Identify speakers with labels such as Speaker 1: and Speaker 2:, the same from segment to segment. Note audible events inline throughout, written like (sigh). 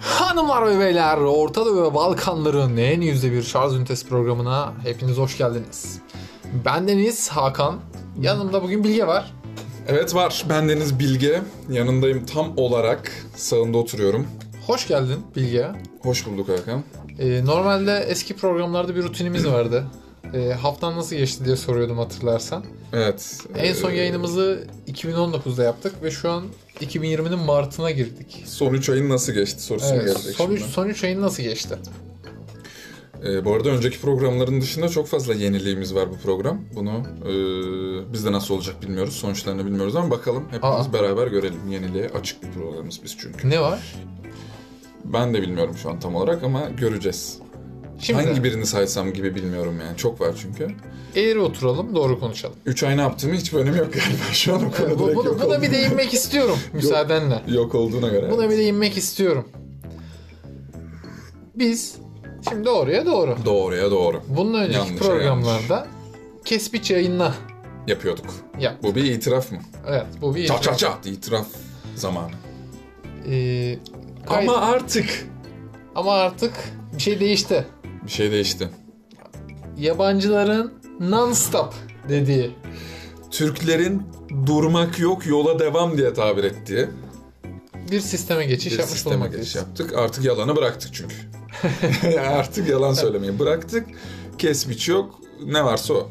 Speaker 1: Hanımlar ve beyler, Orta Doğu ve Balkanların en yüzde bir şarj ünitesi programına hepiniz hoş geldiniz. Bendeniz Hakan, yanımda bugün Bilge var.
Speaker 2: Evet var. Bendeniz Bilge. Yanındayım tam olarak. Sağında oturuyorum.
Speaker 1: Hoş geldin Bilge.
Speaker 2: Hoş bulduk Hakan.
Speaker 1: Ee, normalde eski programlarda bir rutinimiz vardı. Ee, haftan nasıl geçti diye soruyordum hatırlarsan.
Speaker 2: Evet. e,
Speaker 1: En son
Speaker 2: eee,
Speaker 1: yayınımızı 2019'da yaptık ve şu an 2020'nin Mart'ına girdik.
Speaker 2: Son 3 ayın nasıl geçti sorusuna
Speaker 1: Evet,
Speaker 2: geldik
Speaker 1: son, üç,
Speaker 2: şimdi.
Speaker 1: son üç ayın nasıl geçti?
Speaker 2: Eee, bu arada önceki programların dışında çok fazla yeniliğimiz var bu program. Bunu eee biz de nasıl olacak bilmiyoruz. Sonuçlarını bilmiyoruz ama bakalım hepimiz
Speaker 1: Aa.
Speaker 2: beraber görelim. Yeniliğe açık bir programımız biz çünkü.
Speaker 1: Ne var?
Speaker 2: Ben de bilmiyorum şu an tam olarak ama göreceğiz.
Speaker 1: Şimdi
Speaker 2: Hangi birini saysam gibi bilmiyorum yani. Çok var çünkü.
Speaker 1: eğri oturalım, doğru konuşalım.
Speaker 2: 3 ay ne yaptığımı hiçbir önemi yok galiba. Şu an o konu
Speaker 1: Ee, Bu,
Speaker 2: direkt
Speaker 1: bunu-
Speaker 2: yok
Speaker 1: buna
Speaker 2: oldu.
Speaker 1: bir değinmek
Speaker 2: (laughs)
Speaker 1: istiyorum müsaadenle.
Speaker 2: Yok olduğuna göre.
Speaker 1: Buna bir değinmek istiyorum. Biz şimdi doğruya doğru.
Speaker 2: Doğruya doğru.
Speaker 1: Bundan önceki
Speaker 2: Yanlışa
Speaker 1: programlarda kesbiç yayınla
Speaker 2: Yapıyorduk.
Speaker 1: yap.
Speaker 2: Bu bir itiraf mı?
Speaker 1: Evet bu bir
Speaker 2: Çat çat çat itiraf zamanı.
Speaker 1: Ee, kay- ama...
Speaker 2: artık
Speaker 1: artık bir şey değişti.
Speaker 2: bir şey değişti.
Speaker 1: Yabancıların non-stop dediği
Speaker 2: Türklerin durmak yok yola devam diye tabir ettiği
Speaker 1: bir sisteme geçiş
Speaker 2: bir
Speaker 1: yapmış
Speaker 2: sisteme
Speaker 1: bulunmaktayız.
Speaker 2: geçiş yaptık. Artık yalanı bıraktık (laughs) çünkü. Yani artık yalan söylemeyi bıraktık. Kesbiç yok. Ne varsa o.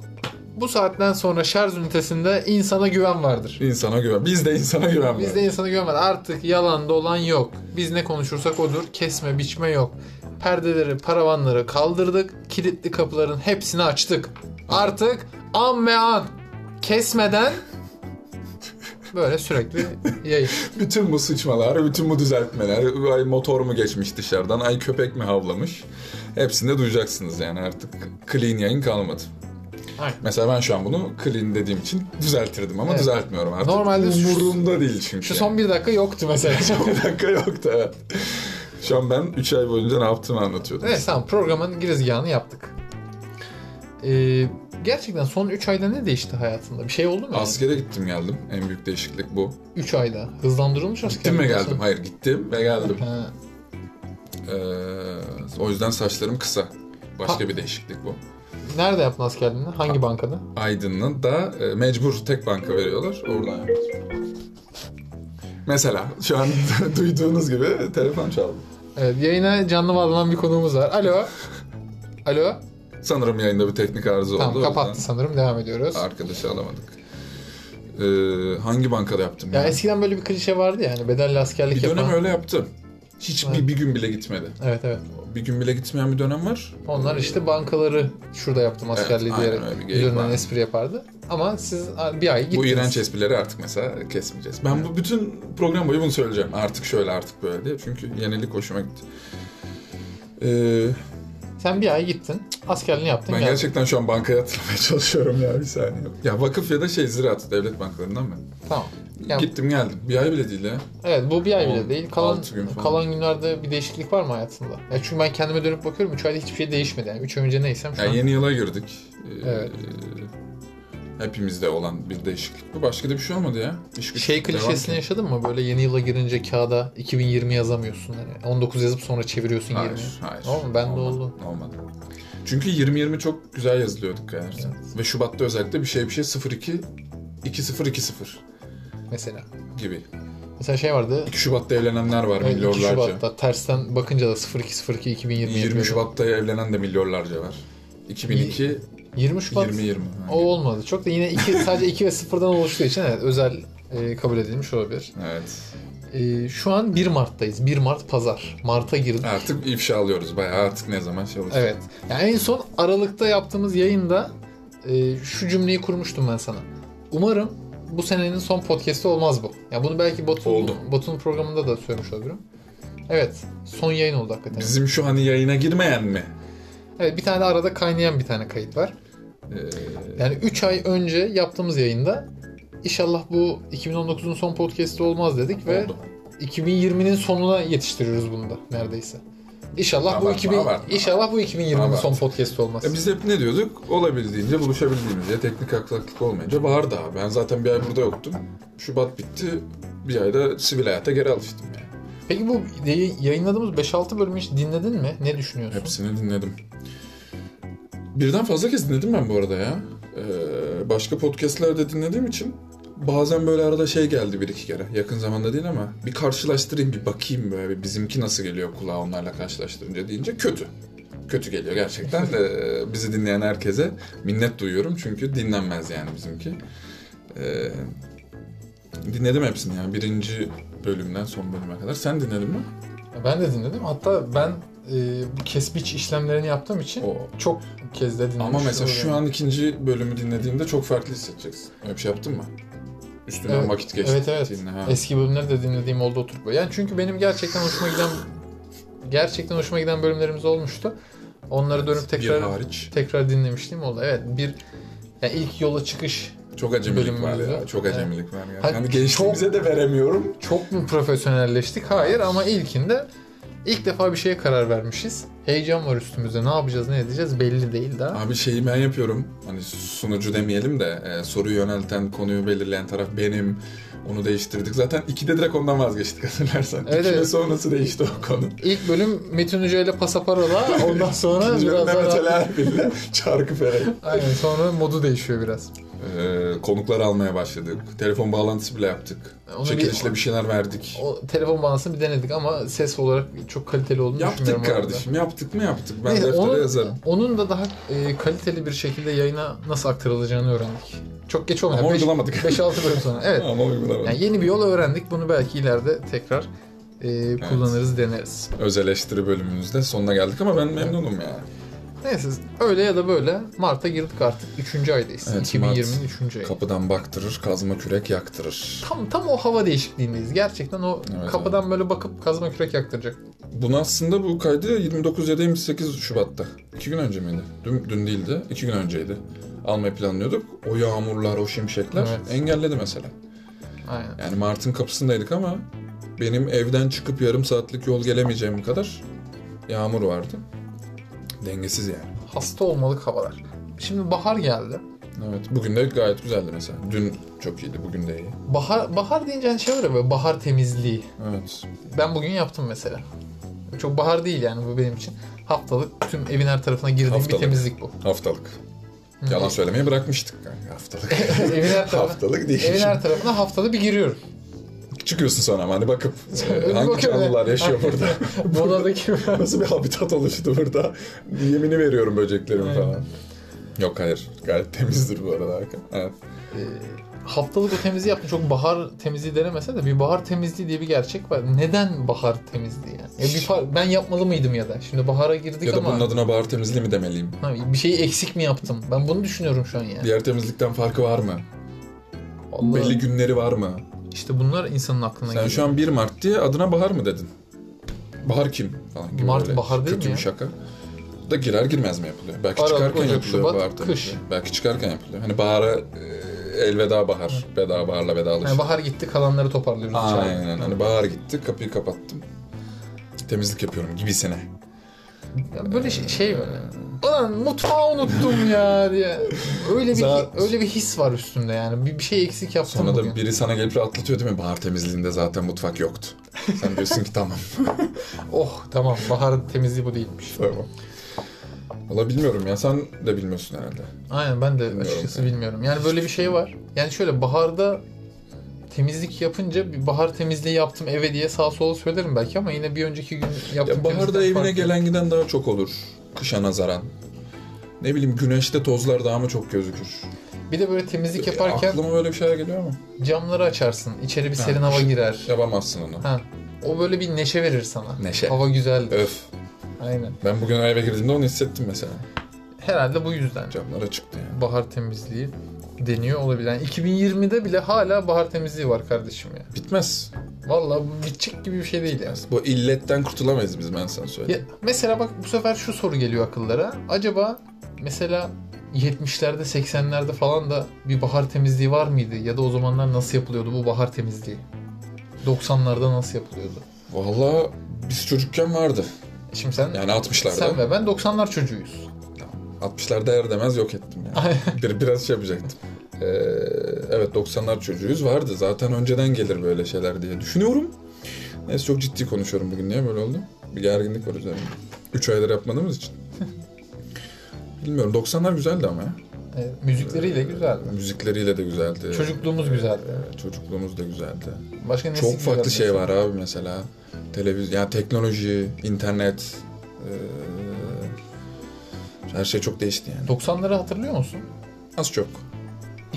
Speaker 1: Bu saatten sonra şarj ünitesinde insana güven vardır.
Speaker 2: İnsana güven. Biz de insana güven
Speaker 1: Bizde insana güven var. Artık yalan dolan yok. Biz ne konuşursak odur. Kesme biçme yok. Perdeleri, paravanları kaldırdık. Kilitli kapıların hepsini açtık. Artık an ve an kesmeden böyle sürekli yayın.
Speaker 2: Bütün bu sıçmalar, bütün bu düzeltmeler, ay motor mu geçmiş dışarıdan, ay köpek mi havlamış hepsini de duyacaksınız yani artık clean yayın kalmadı.
Speaker 1: Aynen.
Speaker 2: Mesela ben şu an bunu clean dediğim için düzeltirdim ama
Speaker 1: Evet.
Speaker 2: düzeltmiyorum artık.
Speaker 1: Normalde şu-
Speaker 2: Umurumda değil çünkü.
Speaker 1: Şu son bir dakika yoktu mesela.
Speaker 2: (laughs) bir dakika yok da evet. Şu an ben 3 ay boyunca ne yaptığımı anlatıyordum.
Speaker 1: Neyse tamam programın girizgahını yaptık. Ee, gerçekten son 3 ayda ne değişti hayatında? Bir şey oldu mu?
Speaker 2: Askere gittim geldim. En büyük değişiklik bu.
Speaker 1: 3 ayda. Hızlandırılmış asker.
Speaker 2: Gittim ve
Speaker 1: mi
Speaker 2: geldim. Hayır gittim ve geldim.
Speaker 1: Ha,
Speaker 2: Ee, o yüzden saçlarım kısa. Başka
Speaker 1: Ha.
Speaker 2: bir değişiklik bu.
Speaker 1: nerede yaptın askerliğini? Hangi bankada?
Speaker 2: Aydın'ın da e, mecbur tek banka veriyorlar. Oradan yapıyoruz. Mesela şu an (laughs) duyduğunuz gibi telefon çaldı.
Speaker 1: Evet, yayına canlı bağlanan bir konuğumuz var. Alo. Alo.
Speaker 2: Sanırım yayında bir teknik arıza
Speaker 1: Tamam
Speaker 2: oldu.
Speaker 1: kapattı sanırım. Devam ediyoruz.
Speaker 2: Oradan Arkadaşı alamadık. Ee, hangi bankada yaptım?
Speaker 1: Ya
Speaker 2: ya?
Speaker 1: eskiden böyle bir klişe vardı ya hani bedelli askerlik
Speaker 2: bir dönem
Speaker 1: yapan.
Speaker 2: öyle yaptım. Hiç bir, bir gün bile gitmedi.
Speaker 1: Evet evet.
Speaker 2: Bir gün bile gitmeyen bir dönem var.
Speaker 1: Onlar işte bankaları şurada yaptım askerliği
Speaker 2: aynen
Speaker 1: diyerek
Speaker 2: öyle bir geyik
Speaker 1: üzerinden
Speaker 2: var.
Speaker 1: espri yapardı. Ama siz bir ay gittiniz.
Speaker 2: Bu iğrenç esprileri artık mesela kesmeyeceğiz. Ben bu bütün program boyu bunu söyleyeceğim. Artık şöyle artık böyle diye. Çünkü yenilik hoşuma gitti. Ee,
Speaker 1: Sen bir ay gittin. Askerliğini yaptın.
Speaker 2: Ben
Speaker 1: geldin.
Speaker 2: gerçekten şu an bankaya yatırmaya (laughs) çalışıyorum ya bir saniye. Ya vakıf ya da şey ziraat devlet bankalarından ben.
Speaker 1: Tamam. Yani-
Speaker 2: Gittim geldim. Bir ay bile değil ya.
Speaker 1: Evet bu bir ay bile
Speaker 2: On-
Speaker 1: değil. Kalan
Speaker 2: altı gün falan.
Speaker 1: kalan günlerde bir değişiklik var mı hayatında? Ya çünkü ben kendime dönüp bakıyorum 3 ayda hiçbir şey değişmedi. Yani 3 ay önce neysem şu
Speaker 2: Ya
Speaker 1: an.
Speaker 2: yeni yıla girdik. Ee,
Speaker 1: Evet.
Speaker 2: Hepimizde olan bir değişiklik. Bu başka da bir şey olmadı ya. İş güç
Speaker 1: Şey
Speaker 2: devam
Speaker 1: klişesini
Speaker 2: ki.
Speaker 1: yaşadın mı? Böyle yeni yıla girince kağıda 2020 yazamıyorsun. Hani 19 yazıp sonra çeviriyorsun 20'ye.
Speaker 2: Hayır, hayır.
Speaker 1: Olmadı mı? Bende
Speaker 2: Olmadı,
Speaker 1: oldu.
Speaker 2: Olmadı. Çünkü 20-20 çok güzel yazılıyorduk yani. Ve Şubat'ta özellikle bir şey bir şey 02 2020
Speaker 1: Mesela.
Speaker 2: gibi.
Speaker 1: Mesela şey vardı.
Speaker 2: 2 Şubat'ta evlenenler var
Speaker 1: evet, 2
Speaker 2: milyonlarca.
Speaker 1: Şubat'ta tersten bakınca da 0202 2020
Speaker 2: 20 Şubat'ta evlenen de milyonlarca var. 2002
Speaker 1: 20 Şubat.
Speaker 2: 20 20.
Speaker 1: O olmadı. Çok da yine iki, (laughs) sadece 2 ve 0'dan oluştuğu için evet özel e, kabul edilmiş olabilir.
Speaker 2: Evet.
Speaker 1: E, şu an 1 Mart'tayız. 1 Mart pazar. Mart'a girdik.
Speaker 2: Artık ifşa alıyoruz bayağı. Artık ne zaman şey olacak.
Speaker 1: Evet. Yani en son Aralık'ta yaptığımız yayında e, şu cümleyi kurmuştum ben sana. Umarım bu senenin son podcast'i olmaz bu. Ya bunu belki Batu'nun,
Speaker 2: Oldu.
Speaker 1: Batu'nun programında da söylemiş olabilirim. Evet. Son yayın oldu hakikaten.
Speaker 2: Bizim şu hani yayına girmeyen mi?
Speaker 1: Evet bir tane de arada kaynayan bir tane kayıt var.
Speaker 2: Ee,
Speaker 1: Yani 3 ay önce yaptığımız yayında inşallah bu 2019'un son podcast'i olmaz dedik ve
Speaker 2: oldu.
Speaker 1: 2020'nin sonuna yetiştiriyoruz bunu da neredeyse. İnşallah bu
Speaker 2: Abartma,
Speaker 1: 2000
Speaker 2: abartma.
Speaker 1: inşallah bu 2020'nin son
Speaker 2: Abartma.
Speaker 1: podcast olmaz.
Speaker 2: E biz hep ne diyorduk? Olabildiğince buluşabildiğimizde teknik aksaklık olmayınca bağırdı abi. Ben zaten bir ay burada yoktum. Şubat bitti. Bir ayda sivil hayata geri alıştım yani.
Speaker 1: Peki bu yayı- yayınladığımız 5-6 bölümü hiç dinledin mi? Ne düşünüyorsun?
Speaker 2: Hepsini dinledim. Birden fazla kez dinledim ben bu arada ya. Ee, başka podcastlerde dinlediğim için bazen böyle arada şey geldi bir iki kere. Yakın zamanda değil ama bir karşılaştırayım bir bakayım böyle bir bizimki nasıl geliyor kulağa onlarla karşılaştırınca deyince kötü. Kötü geliyor gerçekten de e, bizi dinleyen herkese minnet duyuyorum çünkü dinlenmez yani bizimki. Ee, dinledim hepsini yani birinci bölümden son bölüme kadar. Sen dinledin mi?
Speaker 1: Ben de dinledim. Hatta ben e, bu kesbiç işlemlerini yaptığım için
Speaker 2: O
Speaker 1: çok kez de dinledim.
Speaker 2: Ama mesela şu an ikinci bölümü dinlediğinde çok farklı hissedeceksin. Öyle bir şey yaptın mı? Üstünden
Speaker 1: Evet,
Speaker 2: vakit geçti.
Speaker 1: Evet evet.
Speaker 2: dinle, ha.
Speaker 1: Eski bölümleri de dinlediğim oldu oturup. böyle. Yani çünkü benim gerçekten hoşuma giden gerçekten hoşuma giden bölümlerimiz olmuştu. Onları dönüp
Speaker 2: Bir
Speaker 1: tekrar
Speaker 2: hariç.
Speaker 1: tekrar dinlemiştim oldu. Evet bir yani ilk yola çıkış
Speaker 2: Çok acemilik var
Speaker 1: bölümümüzde.
Speaker 2: ya. Çok acemilik var ya.
Speaker 1: Ha,
Speaker 2: Hani gençliğimize de veremiyorum.
Speaker 1: çok mu profesyonelleştik? Hayır ama ilkinde ilk defa bir şeye karar vermişiz. Heyecan var üstümüzde. Ne yapacağız, ne edeceğiz belli değil daha.
Speaker 2: Abi şeyi ben yapıyorum. Hani sunucu demeyelim de e, soruyu yönelten, konuyu belirleyen taraf benim. Onu değiştirdik. Zaten ikide direkt ondan vazgeçtik hatırlarsan.
Speaker 1: Evet,
Speaker 2: İki ve
Speaker 1: evet.
Speaker 2: sonrası değişti o konu.
Speaker 1: İlk bölüm Metin Hoca ile Pasaparola. Ondan
Speaker 2: (laughs)
Speaker 1: sonra
Speaker 2: İkinci
Speaker 1: biraz
Speaker 2: bölümde
Speaker 1: daha...
Speaker 2: Mete Erbil'le Çarkı Ferek.
Speaker 1: Aynen sonra modu değişiyor biraz.
Speaker 2: Ee, konuklar almaya başladık. Telefon bağlantısı bile yaptık.
Speaker 1: Onu
Speaker 2: Çekilişle
Speaker 1: bir-
Speaker 2: bir şeyler verdik.
Speaker 1: O telefon bağlantısını bir denedik ama ses olarak çok kaliteli olduğunu
Speaker 2: Yaptık
Speaker 1: düşünmüyorum.
Speaker 2: kardeşim. Yaptık mı yaptık. Ben
Speaker 1: Neyse,
Speaker 2: deftere
Speaker 1: onun-
Speaker 2: yazarım.
Speaker 1: Onun da daha e, kaliteli bir şekilde yayına nasıl aktarılacağını öğrendik. Çok geç olmadı.
Speaker 2: Ama
Speaker 1: Beş-
Speaker 2: uygulamadık.
Speaker 1: 5-6 bölüm sonra.
Speaker 2: (laughs)
Speaker 1: Evet.
Speaker 2: Ama uygulamadık.
Speaker 1: Yani yeni bir yol öğrendik. Bunu belki ileride tekrar e, kullanırız, deneriz.
Speaker 2: Öz eleştiri bölümümüzde sonuna geldik ama ben memnunum yani.
Speaker 1: Neyse öyle ya da böyle Mart'a girdik artık. 3. aydayız.
Speaker 2: Evet,
Speaker 1: 2020'nin 3. ayı.
Speaker 2: Kapıdan baktırır, kazma kürek yaktırır.
Speaker 1: Tam tam o hava değişikliğindeyiz. Gerçekten o
Speaker 2: Evet,
Speaker 1: kapıdan böyle bakıp kazma kürek yaktıracak.
Speaker 2: Bunu aslında bu kaydı 29 ya da 28 Şubat'ta. İki gün önce miydi? Dün, dün değildi. iki gün önceydi. Almayı planlıyorduk. O yağmurlar, o şimşekler
Speaker 1: Evet.
Speaker 2: engelledi mesela.
Speaker 1: Aynen.
Speaker 2: Yani Mart'ın kapısındaydık ama benim evden çıkıp yarım saatlik yol gelemeyeceğim kadar yağmur vardı. Dengesiz yani.
Speaker 1: Hasta olmalık havalar. Şimdi bahar geldi.
Speaker 2: Evet. Bugün de gayet güzeldi mesela. Dün çok iyiydi, bugün de iyi.
Speaker 1: Bahar bahar deyince hani şey var ya böyle bahar temizliği.
Speaker 2: Evet.
Speaker 1: Ben bugün yaptım mesela. Çok bahar değil yani bu benim için. Haftalık tüm evin her tarafına girdiğim bir
Speaker 2: Haftalık.
Speaker 1: temizlik
Speaker 2: (laughs)
Speaker 1: bu.
Speaker 2: Haftalık. Yalan söylemeyi bırakmıştık
Speaker 1: (laughs)
Speaker 2: kanka haftalık.
Speaker 1: evin her tarafına,
Speaker 2: (laughs) haftalık değil.
Speaker 1: evin her tarafına haftada bir giriyorum.
Speaker 2: Çıkıyorsun sonra ama
Speaker 1: (laughs)
Speaker 2: hani bakıp e,
Speaker 1: Öyle
Speaker 2: hangi
Speaker 1: bakıyorum.
Speaker 2: canlılar yaşıyor
Speaker 1: Aynen.
Speaker 2: burada.
Speaker 1: (laughs) Modadaki
Speaker 2: Nasıl bir habitat oluştu burada? Yemini veriyorum böceklerime
Speaker 1: Aynen.
Speaker 2: falan. Yok hayır. Gayet temizdir bu arada. Hakan. Evet.
Speaker 1: Ee, haftalık o temizliği yaptım. Çok bahar temizliği denemese de bir bahar temizliği diye bir gerçek var. Neden bahar temizliği yani? Ya bir par- ben yapmalı mıydım ya da? Şimdi bahara girdik
Speaker 2: Ya da
Speaker 1: ama
Speaker 2: bunun adına bahar temizliği mi demeliyim?
Speaker 1: ha, bir şeyi eksik mi yaptım? Ben bunu düşünüyorum şu an yani.
Speaker 2: Diğer temizlikten farkı var mı?
Speaker 1: Allah,
Speaker 2: Belli günleri var mı?
Speaker 1: İşte bunlar insanın aklına
Speaker 2: Sen
Speaker 1: geliyor.
Speaker 2: şu an 1 Mart diye adına bahar mı dedin? Bahar kim? Falan gibi
Speaker 1: Mart
Speaker 2: böyle
Speaker 1: bahar değil
Speaker 2: kötü
Speaker 1: mi ya?
Speaker 2: bir şaka. Da girer girmez mi yapılıyor? Belki
Speaker 1: Aralık,
Speaker 2: çıkarken
Speaker 1: Ocak,
Speaker 2: yapılıyor
Speaker 1: Şubat,
Speaker 2: bahar tabii
Speaker 1: kış.
Speaker 2: ki. Belki çıkarken yapılıyor. Hani bahara e, elveda bahar. Veda baharla vedalaşır.
Speaker 1: Yani bahar gitti kalanları toparlıyoruz. dışarıda.
Speaker 2: Aynen. Hani bahar gitti kapıyı kapattım. Temizlik yapıyorum gibisine.
Speaker 1: Ya böyle şey, şey böyle. Ulan mutfağı unuttum ya diye. Öyle bir
Speaker 2: Zaten-
Speaker 1: öyle bir his var üstümde yani. Bir, bir şey eksik yaptım
Speaker 2: Sonra
Speaker 1: bugün.
Speaker 2: da biri sana gelip rahatlatıyor değil mi? Bahar temizliğinde zaten mutfak yoktu.
Speaker 1: (laughs)
Speaker 2: Sen diyorsun ki tamam.
Speaker 1: Oh tamam bahar temizliği bu değilmiş.
Speaker 2: Tamam. Valla bilmiyorum ya sen de bilmiyorsun herhalde.
Speaker 1: Aynen ben de
Speaker 2: Bilmiyorum
Speaker 1: açıkçası
Speaker 2: yani.
Speaker 1: bilmiyorum. Yani böyle bir şey var. Yani şöyle baharda temizlik yapınca bir bahar temizliği yaptım eve diye sağa sola söylerim belki ama yine bir önceki gün yaptım.
Speaker 2: Ya baharda evine gelen giden daha çok olur. Kışa nazaran. Ne bileyim güneşte tozlar daha mı çok gözükür?
Speaker 1: Bir de böyle temizlik yaparken
Speaker 2: Aklıma böyle bir şeyler geliyor ama.
Speaker 1: camları açarsın. İçeri bir
Speaker 2: Ha.
Speaker 1: serin hava girer.
Speaker 2: Yapamazsın onu.
Speaker 1: Ha. O böyle bir neşe verir sana.
Speaker 2: Neşe.
Speaker 1: Hava güzel.
Speaker 2: Öf.
Speaker 1: Aynen.
Speaker 2: Ben bugün eve girdiğimde onu hissettim mesela.
Speaker 1: Herhalde bu yüzden.
Speaker 2: Camlar açıktı yani.
Speaker 1: Bahar temizliği deniyor olabilir. Yani 2020'de bile hala bahar temizliği var kardeşim ya.
Speaker 2: Bitmez.
Speaker 1: Vallahi bu bitecek gibi bir şey değil yani.
Speaker 2: Bu illetten kurtulamayız biz ben sana söyleyeyim.
Speaker 1: Ya, mesela bak bu sefer şu soru geliyor akıllara. Acaba mesela 70'lerde 80'lerde falan da bir bahar temizliği var mıydı? Ya da o zamanlar nasıl yapılıyordu bu bahar temizliği? 90'larda nasıl yapılıyordu? E
Speaker 2: Valla biz çocukken vardı.
Speaker 1: Şimdi sen
Speaker 2: Yani 60'larda.
Speaker 1: sen ve ben 90'lar çocuğuyuz.
Speaker 2: 60'larda er demez yok ettim yani. (laughs) Bir, biraz şey yapacaktım. Ee, evet 90'lar çocuğuyuz vardı. Zaten önceden gelir böyle şeyler diye düşünüyorum. Neyse çok ciddi konuşuyorum bugün. Niye böyle oldu? Bir gerginlik var üzerimde. 3 aydır yapmadığımız için. Bilmiyorum. 90'lar güzeldi ama ya.
Speaker 1: E, müzikleriyle güzeldi.
Speaker 2: Müzikleriyle de güzeldi.
Speaker 1: Çocukluğumuz güzeldi.
Speaker 2: Ee, ççocukluğumuz da güzeldi.
Speaker 1: Başka nesil
Speaker 2: Çok farklı
Speaker 1: güzeldi?
Speaker 2: şey var abi mesela. Televizyon, yani teknoloji, internet. ee, her şey çok değişti yani.
Speaker 1: 90'ları hatırlıyor musun?
Speaker 2: Az çok.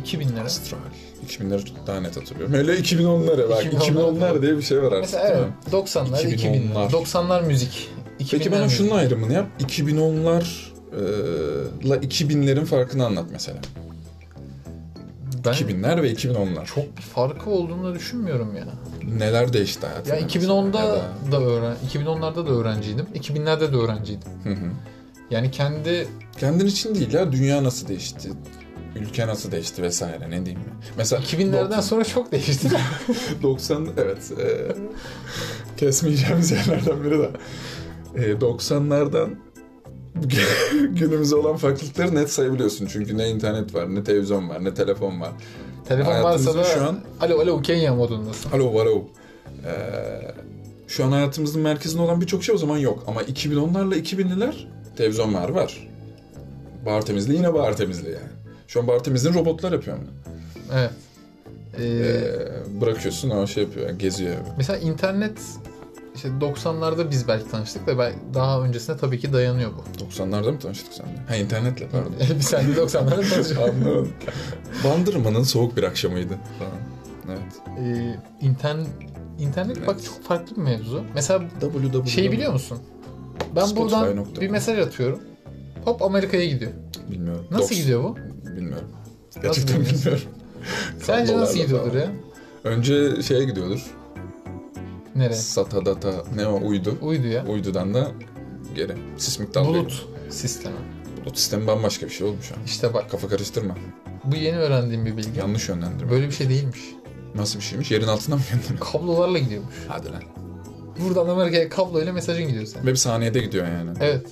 Speaker 1: 2000'lere.
Speaker 2: Astral. 2000'leri çok daha net hatırlıyorum. Hele 2010'ları bak.
Speaker 1: 2010'lar
Speaker 2: 2010'lar diye bir şey var artık.
Speaker 1: Mesela
Speaker 2: değil
Speaker 1: evet
Speaker 2: mi?
Speaker 1: 90'lar, 2000'ler.
Speaker 2: 2010'lar.
Speaker 1: 90'lar müzik. 2000'ler
Speaker 2: Peki bana
Speaker 1: müzik.
Speaker 2: şunun ayrımını yap. 2010'lar e, la 2000'lerin farkını anlat mesela.
Speaker 1: ben
Speaker 2: 2000'ler ve 2010'lar. Çok
Speaker 1: çok bir farkı olduğunu düşünmüyorum ya.
Speaker 2: neler değişti hayatında?
Speaker 1: Ya
Speaker 2: mesela?
Speaker 1: 2010'da
Speaker 2: Ya
Speaker 1: da öğren 2010'larda da öğrenciydim. 2000'lerde de öğrenciydim.
Speaker 2: Hı hı.
Speaker 1: Yani kendi
Speaker 2: Kendin için değil ya dünya nasıl değişti? Ülke nasıl değişti vesaire ne diyeyim ya. Mesela
Speaker 1: 2000'lerden sonra çok
Speaker 2: (laughs)
Speaker 1: değişti.
Speaker 2: 90 evet e, kesmeyeceğimiz yerlerden biri de e, 90'lardan (laughs) günümüze olan farklılıkları net sayabiliyorsun. Çünkü ne internet var, ne televizyon var, ne telefon var.
Speaker 1: Telefon varsa
Speaker 2: Hayatımızın
Speaker 1: da
Speaker 2: şu an-
Speaker 1: alo alo Kenya modundasın.
Speaker 2: Alo varo. E, şu an hayatımızın merkezinde olan birçok şey o zaman yok. Ama 2010'larla 2000'liler televizyon var var. Bar temizliği yine bar temizliği yani. Şu an bar temizliğini robotlar yapıyor mu?
Speaker 1: Evet. Ee,
Speaker 2: Ee, bırakıyorsun ama şey yapıyor, geziyor.
Speaker 1: Mesela internet işte 90'larda biz belki tanıştık da ben daha öncesine tabii ki dayanıyor bu. (laughs)
Speaker 2: 90'larda mı tanıştık seninle? Ha internetle pardon.
Speaker 1: Biz sen de 90'larda tanıştık.
Speaker 2: Anladım. Bandırma'nın soğuk bir akşamıydı. Tamam. Evet.
Speaker 1: Ee, intern- internet bak çok farklı bir mevzu. Mesela
Speaker 2: www.
Speaker 1: şeyi Şey biliyor musun? Ben buradan
Speaker 2: Spotify.com.
Speaker 1: bir mesaj atıyorum. Hop Amerika'ya gidiyor.
Speaker 2: Bilmiyorum.
Speaker 1: Nasıl
Speaker 2: Dox-
Speaker 1: gidiyor bu?
Speaker 2: Bilmiyorum. Gerçekten
Speaker 1: bilmiyorsun?
Speaker 2: bilmiyorum.
Speaker 1: Sence nasıl
Speaker 2: Kablolarla
Speaker 1: gidiyordur
Speaker 2: falan.
Speaker 1: ya?
Speaker 2: Önce şeye gidiyordur.
Speaker 1: Nereye?
Speaker 2: SATA data ne o uydu.
Speaker 1: Uydu ya.
Speaker 2: Uydudan da geri. Sismik dalga.
Speaker 1: Bulut sistemi.
Speaker 2: Bulut sistemi bambaşka bir şey olmuş şu an.
Speaker 1: İşte bak
Speaker 2: Kafa karıştırma.
Speaker 1: bu yeni öğrendiğim bir bilgi.
Speaker 2: Yanlış yönlendirme.
Speaker 1: Böyle bir şey değilmiş.
Speaker 2: Nasıl bir şeymiş? Yerin altından mı yönlendirme?
Speaker 1: Kablolarla gidiyormuş.
Speaker 2: Hadi lan.
Speaker 1: Buradan Amerika'ya kablo ile mesajın gidiyor senin.
Speaker 2: Ve bir saniyede gidiyor yani.
Speaker 1: Evet.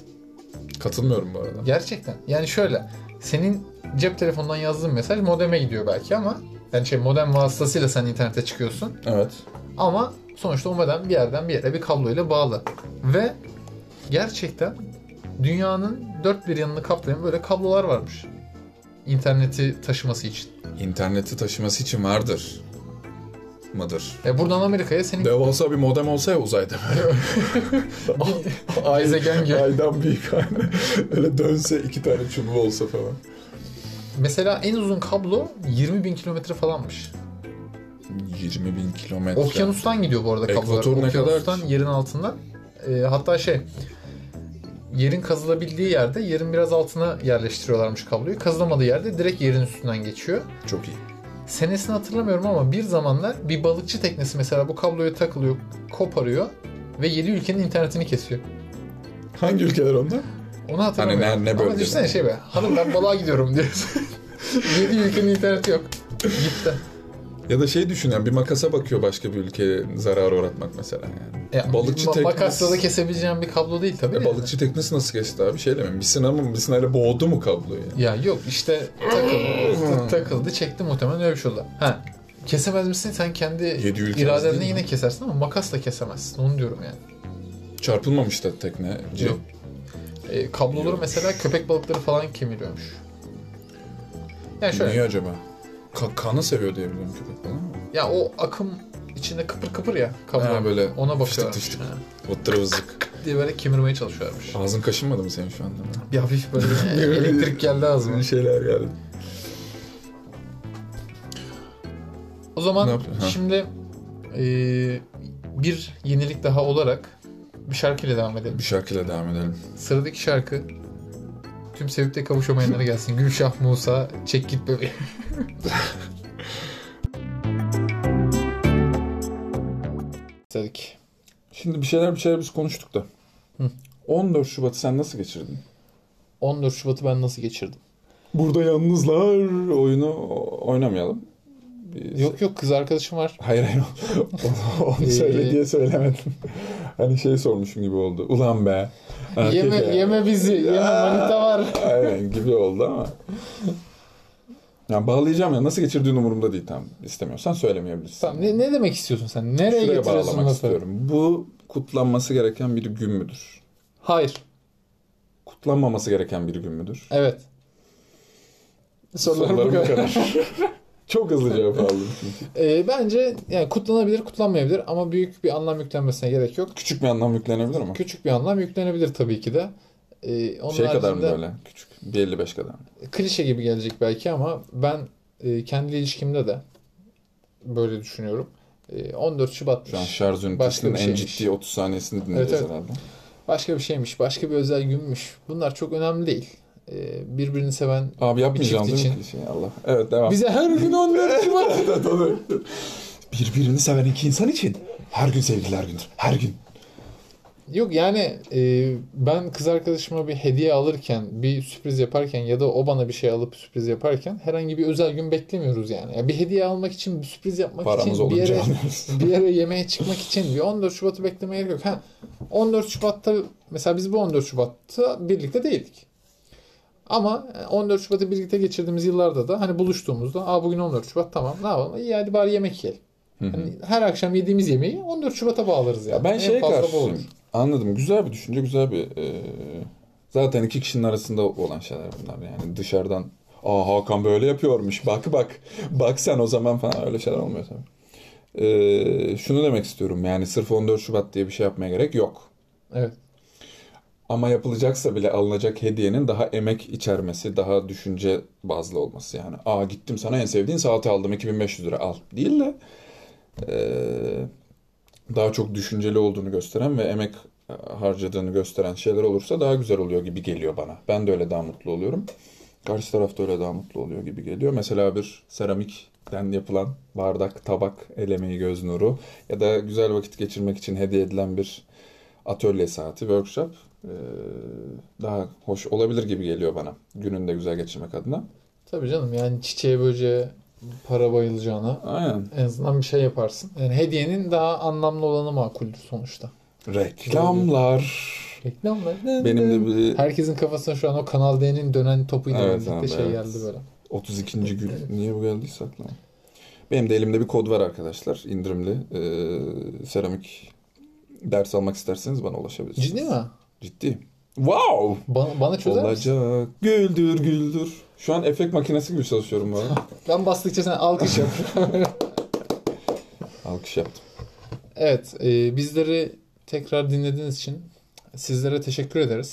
Speaker 2: Katılmıyorum bu arada.
Speaker 1: Gerçekten. Yani şöyle. Senin cep telefonundan yazdığın mesaj modeme gidiyor belki ama yani şey modem vasıtasıyla sen internete çıkıyorsun.
Speaker 2: Evet.
Speaker 1: Ama sonuçta o modem bir yerden bir yere bir kabloyla bağlı. Ve gerçekten dünyanın dört bir yanını kaplayan böyle kablolar varmış. İnterneti taşıması için.
Speaker 2: İnterneti taşıması için vardır. Mıdır?
Speaker 1: E buradan Amerika'ya senin
Speaker 2: Devasa bir modem olsa
Speaker 1: (laughs)
Speaker 2: ya uzayda. Ay,
Speaker 1: Gezegen gibi.
Speaker 2: Aydan büyük aynı. Öyle dönse iki tane çubuğu olsa falan.
Speaker 1: mesela en uzun kablo 20 bin kilometre falanmış.
Speaker 2: 20 bin kilometre.
Speaker 1: Okyanustan gidiyor bu arada kablolar.
Speaker 2: Ekvator ne kadar?
Speaker 1: Okyanustan yerin altından. Ee, hatta şey yerin kazılabildiği yerde yerin biraz altına yerleştiriyorlarmış kabloyu. Kazılamadığı yerde direkt yerin üstünden geçiyor.
Speaker 2: Çok iyi.
Speaker 1: Senesini hatırlamıyorum ama bir zamanlar bir balıkçı teknesi mesela bu kabloya takılıyor, koparıyor ve 7 ülkenin internetini kesiyor.
Speaker 2: Hangi ülkeler onda?
Speaker 1: Onu hatırlamıyorum.
Speaker 2: Hani ne- ne
Speaker 1: Ama
Speaker 2: bölgede?
Speaker 1: düşünsene şey be. Hanım ben balığa gidiyorum diyorsun. (laughs) 7 ülkenin interneti yok. Gitti.
Speaker 2: Ya da şey düşün yani bir makasa bakıyor başka bir ülkeye zarar uğratmak mesela yani.
Speaker 1: E,
Speaker 2: Balıkçı
Speaker 1: ma-
Speaker 2: teknesi-
Speaker 1: Makasla da kesebileceğim bir kablo değil tabii.
Speaker 2: E,
Speaker 1: de.
Speaker 2: balıkçı teknesi nasıl geçti abi? Şey Şeyle mi? Misina mı? Misinayla boğdu mu kabloyu? yani?
Speaker 1: Ya yok işte takıldı, takıldı çekti muhtemelen öyle bir şey oldu. Ha. Kesemez misin sen kendi
Speaker 2: Yedi ülke arası
Speaker 1: iradenle
Speaker 2: değil mi?
Speaker 1: yine kesersin ama makasla kesemezsin onu diyorum yani.
Speaker 2: Çarpılmamış da tekne.
Speaker 1: Yok. E, kabloları
Speaker 2: Yok.
Speaker 1: mesela köpek balıkları falan kemiriyormuş. Yani şöyle
Speaker 2: Niye acaba? Ka- kanı seviyor diye biliyorum köpek falan ama.
Speaker 1: ya o akım içinde kıpır kıpır ya kablo.
Speaker 2: Ha, böyle
Speaker 1: Ona bakıyorlar.
Speaker 2: fıştık fıştık. O tırvızlık.
Speaker 1: diye böyle kemirmeye çalışıyorlarmış.
Speaker 2: Ağzın kaşınmadı mı senin şu anda?
Speaker 1: Bir hafif böyle (laughs) elektrik geldi ağzıma.
Speaker 2: şeyler geldi.
Speaker 1: O
Speaker 2: Ne
Speaker 1: zaman
Speaker 2: yapıyor? Ha.
Speaker 1: şimdi e, bir yenilik daha olarak bir şarkıyla devam edelim.
Speaker 2: Bir şarkıyla devam edelim.
Speaker 1: Sıradaki şarkı tüm sevip de kavuşamayanlara
Speaker 2: (laughs)
Speaker 1: gelsin. Gülşah Musa çek git bebeğim. İstedik.
Speaker 2: Şimdi bir şeyler bir şeyler biz konuştuk da.
Speaker 1: Hı.
Speaker 2: 14 Şubat'ı sen nasıl geçirdin?
Speaker 1: 14 Şubat'ı ben nasıl geçirdim?
Speaker 2: Burada yalnızlar oyunu o- oynamayalım. Biz-
Speaker 1: Yok yok kız arkadaşım var.
Speaker 2: Hayır
Speaker 1: (laughs)
Speaker 2: hayır. Onu söyle
Speaker 1: Ee,
Speaker 2: diye söylemedim. hani şey sormuşum gibi oldu. Ulan be. erkek
Speaker 1: Yeme
Speaker 2: ya.
Speaker 1: yeme bizi. Yeme manita var.
Speaker 2: Aynen gibi oldu ama. Yani bağlayacağım ya nasıl geçirdiğin umurumda değil tamam. İstemiyorsan söylemeyebilirsin.
Speaker 1: Tamam, ne, ne demek istiyorsun sen? Nereye
Speaker 2: Şuraya
Speaker 1: getiriyorsun
Speaker 2: bağlamak
Speaker 1: lafı?
Speaker 2: istiyorum. Bu kutlanması gereken bir gün müdür?
Speaker 1: Hayır.
Speaker 2: Kutlanmaması gereken bir gün müdür?
Speaker 1: Evet. Sorular bu
Speaker 2: Sorularım
Speaker 1: kadar. (laughs)
Speaker 2: Çok hızlı cevap aldım çünkü.
Speaker 1: Ee, bence yani kutlanabilir, kutlanmayabilir ama büyük bir anlam yüklenmesine gerek yok.
Speaker 2: Küçük bir anlam yüklenebilir mi?
Speaker 1: Küçük bir anlam yüklenebilir tabii ki de. Ee, onun
Speaker 2: şey kadar mı
Speaker 1: haricinde
Speaker 2: böyle? Küçük. 1.55 kadar mı?
Speaker 1: klişe gibi gelecek belki ama ben e, kendi ilişkimde de böyle düşünüyorum. E, 14 Şubat'mış.
Speaker 2: Şu an şarj
Speaker 1: Başka bir
Speaker 2: ünitesinin en
Speaker 1: şeymiş.
Speaker 2: ciddi 30 saniyesini dinleyeceğiz
Speaker 1: Evet, evet.
Speaker 2: herhalde.
Speaker 1: Başka bir şeymiş, başka bir özel günmüş. Bunlar çok önemli değil. E, birbirini seven
Speaker 2: Abi yapmayacağım
Speaker 1: Bir çift
Speaker 2: değil mi? Şey, Allah. Evet
Speaker 1: (laughs)
Speaker 2: devam.
Speaker 1: bize her gün 14 Şubat.
Speaker 2: Evet, onu- Birbirini seven iki insan için her gün sevgililer gündür. Her gün.
Speaker 1: Yok yani e, ben kız arkadaşıma bir hediye alırken, bir sürpriz yaparken ya da o bana bir şey alıp sürpriz yaparken herhangi bir özel gün beklemiyoruz yani. Ya bir hediye almak için, bir sürpriz yapmak
Speaker 2: Paramız
Speaker 1: için, bir
Speaker 2: olunca
Speaker 1: yere
Speaker 2: alıyoruz.
Speaker 1: (laughs) bir yere yemeğe çıkmak için bir 14 Şubat'ı beklemeye gerek yok. Ha, 14 Şubat'ta mesela biz bu 14 Şubat'ta birlikte değildik. Ama 14 Şubat'ı birlikte geçirdiğimiz yıllarda da hani buluştuğumuzda Aa bugün 14 Şubat tamam ne yapalım iyi hadi bari yemek yiyelim.
Speaker 2: Hı hı.
Speaker 1: Hani her akşam yediğimiz yemeği 14 Şubat'a bağlarız yani.
Speaker 2: Ya ben
Speaker 1: En
Speaker 2: şeye
Speaker 1: fazla bu
Speaker 2: karşıyım.
Speaker 1: olur.
Speaker 2: Anladım. Güzel bir düşünce, güzel bir e, zaten iki kişinin arasında olan şeyler bunlar yani dışarıdan Aa Hakan böyle yapıyormuş. Bak bak. Bak sen o zaman falan öyle şeyler olmuyor tabii. E, şunu demek istiyorum. Yani sırf 14 Şubat diye bir şey yapmaya gerek yok.
Speaker 1: Evet.
Speaker 2: Ama yapılacaksa bile alınacak hediyenin daha emek içermesi, daha düşünce bazlı olması yani. Aa gittim sana en sevdiğin saati aldım 2500 lira al değil de eee, daha çok düşünceli olduğunu gösteren ve emek e, harcadığını gösteren şeyler olursa daha güzel oluyor gibi geliyor bana. Ben de öyle daha mutlu oluyorum. Karşı taraf da öyle daha mutlu oluyor gibi geliyor. Mesela bir seramikten yapılan bardak, tabak, el emeği, göz nuru ya da güzel vakit geçirmek için hediye edilen bir atölye saati, workshop e, daha hoş olabilir gibi geliyor bana. Gününü de güzel geçirmek adına.
Speaker 1: Tabii canım yani çiçeğe böceğe para bayılacağına
Speaker 2: Aynen.
Speaker 1: en azından bir şey yaparsın. Yani hediyenin daha anlamlı olanı makuldür sonuçta.
Speaker 2: Reklamlar.
Speaker 1: Reklamlar.
Speaker 2: Benim de bir
Speaker 1: Herkesin kafasına şu an o Kanal D'nin dönen topuyla
Speaker 2: Evet
Speaker 1: birlikte
Speaker 2: abi,
Speaker 1: şey
Speaker 2: evet.
Speaker 1: geldi böyle.
Speaker 2: 32. gün. Niye bu geldiyse aklıma. Benim de elimde bir kod var arkadaşlar. indirimli. Ee, seramik ders almak isterseniz bana ulaşabilirsiniz.
Speaker 1: Ciddi mi?
Speaker 2: Ciddi. Wow!
Speaker 1: Bana, bana çözer misin?
Speaker 2: Olacak. Güldür güldür. Şu an efekt makinesi gibi çalışıyorum
Speaker 1: (laughs)
Speaker 2: bu arada.
Speaker 1: Ben bastıkça sen alkış yap.
Speaker 2: Alkış yaptım.
Speaker 1: evet e, bizleri tekrar dinlediğiniz için sizlere teşekkür ederiz.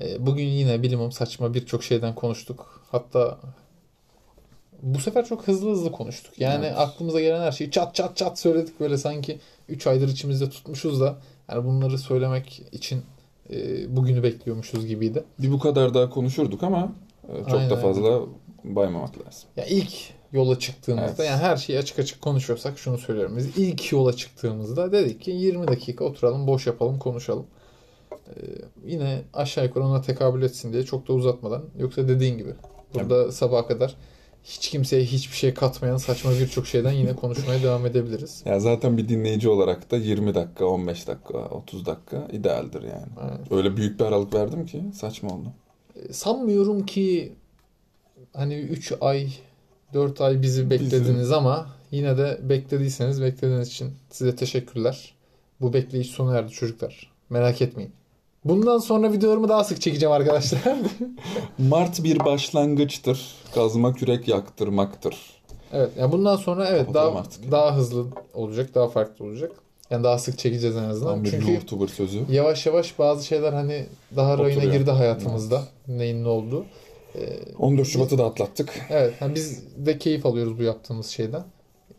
Speaker 1: E, bugün yine bilimum saçma birçok şeyden konuştuk. Hatta bu sefer çok hızlı hızlı konuştuk. Yani
Speaker 2: Evet.
Speaker 1: aklımıza gelen her şeyi çat çat çat söyledik böyle sanki 3 aydır içimizde tutmuşuz da yani bunları söylemek için e, bugünü bekliyormuşuz gibiydi.
Speaker 2: Bir bu kadar daha konuşurduk ama e, çok
Speaker 1: Aynen,
Speaker 2: da fazla baymamak lazım.
Speaker 1: Ya ilk yola çıktığımızda
Speaker 2: Evet.
Speaker 1: yani her şeyi açık açık konuşuyorsak şunu söylüyorum. Biz ilk yola çıktığımızda dedik ki 20 dakika oturalım, boş yapalım, konuşalım. Ee, yine aşağı yukarı ona tekabül etsin diye çok da uzatmadan yoksa dediğin gibi burada sabaha kadar hiç kimseye hiçbir şey katmayan saçma birçok şeyden yine konuşmaya devam edebiliriz.
Speaker 2: Ya zaten bir dinleyici olarak da 20 dakika, 15 dakika, 30 dakika idealdir yani.
Speaker 1: Yani,
Speaker 2: Öyle büyük bir aralık verdim ki saçma oldu.
Speaker 1: e, sanmıyorum ki hani 3 ay 4 ay bizi beklediniz ama yine de beklediyseniz beklediğiniz için size teşekkürler. Bu bekleyiş sona erdi çocuklar. Merak etmeyin. Bundan sonra videolarımı daha sık çekeceğim
Speaker 2: (laughs)
Speaker 1: arkadaşlar.
Speaker 2: Mart bir başlangıçtır. Kazma kürek yaktırmaktır.
Speaker 1: evet. Yani bundan sonra evet
Speaker 2: Kapatalım
Speaker 1: daha
Speaker 2: artık.
Speaker 1: daha hızlı olacak, daha farklı olacak. Yani daha sık çekeceğiz en azından.
Speaker 2: Tam bir
Speaker 1: Çünkü
Speaker 2: YouTuber sözü.
Speaker 1: yavaş yavaş bazı şeyler hani daha rayına
Speaker 2: Oturuyor.
Speaker 1: girdi hayatımızda. Neyin ne olduğu. Ee,
Speaker 2: 14 Şubat'ı da atlattık.
Speaker 1: Evet, yani biz de keyif alıyoruz bu yaptığımız şeyden.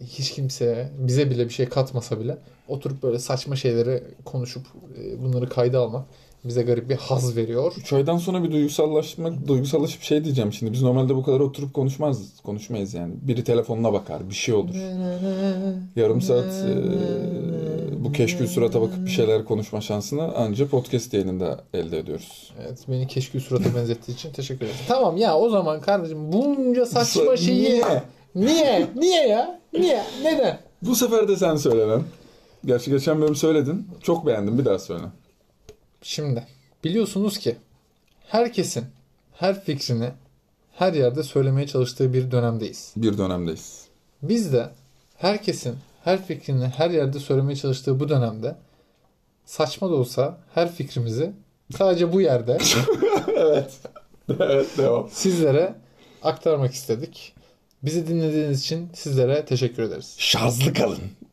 Speaker 1: Hiç kimse bize bile bir şey katmasa bile oturup böyle saçma şeyleri konuşup e, bunları kayda almak bize garip bir haz veriyor.
Speaker 2: 3 aydan sonra bir duygusallaşmak, duygusallaşıp şey diyeceğim şimdi. Biz normalde bu kadar oturup konuşmaz, konuşmayız yani. Biri telefonuna bakar, bir şey olur. Yarım saat e, bu keşkül surata bakıp bir şeyler konuşma şansını ancak podcast yayınında elde ediyoruz.
Speaker 1: Evet, beni keşkül surata benzettiği için teşekkür ederim. Tamam ya o zaman kardeşim bunca saçma
Speaker 2: Sa-
Speaker 1: şeyi
Speaker 2: Niye?
Speaker 1: niye? Niye ya? Niye? Neden?
Speaker 2: Bu sefer de sen söyle lan. Gerçi geçen bölüm söyledin. Çok beğendim. Bir daha söyle.
Speaker 1: Şimdi biliyorsunuz ki herkesin her fikrini, her yerde söylemeye çalıştığı bir dönemdeyiz.
Speaker 2: Bir dönemdeyiz.
Speaker 1: Biz de herkesin her fikrini her yerde söylemeye çalıştığı bu dönemde saçma da olsa her fikrimizi sadece bu yerde
Speaker 2: (laughs) evet devam.
Speaker 1: sizlere aktarmak istedik. Bizi dinlediğiniz için sizlere teşekkür ederiz.
Speaker 2: Şazlı kalın.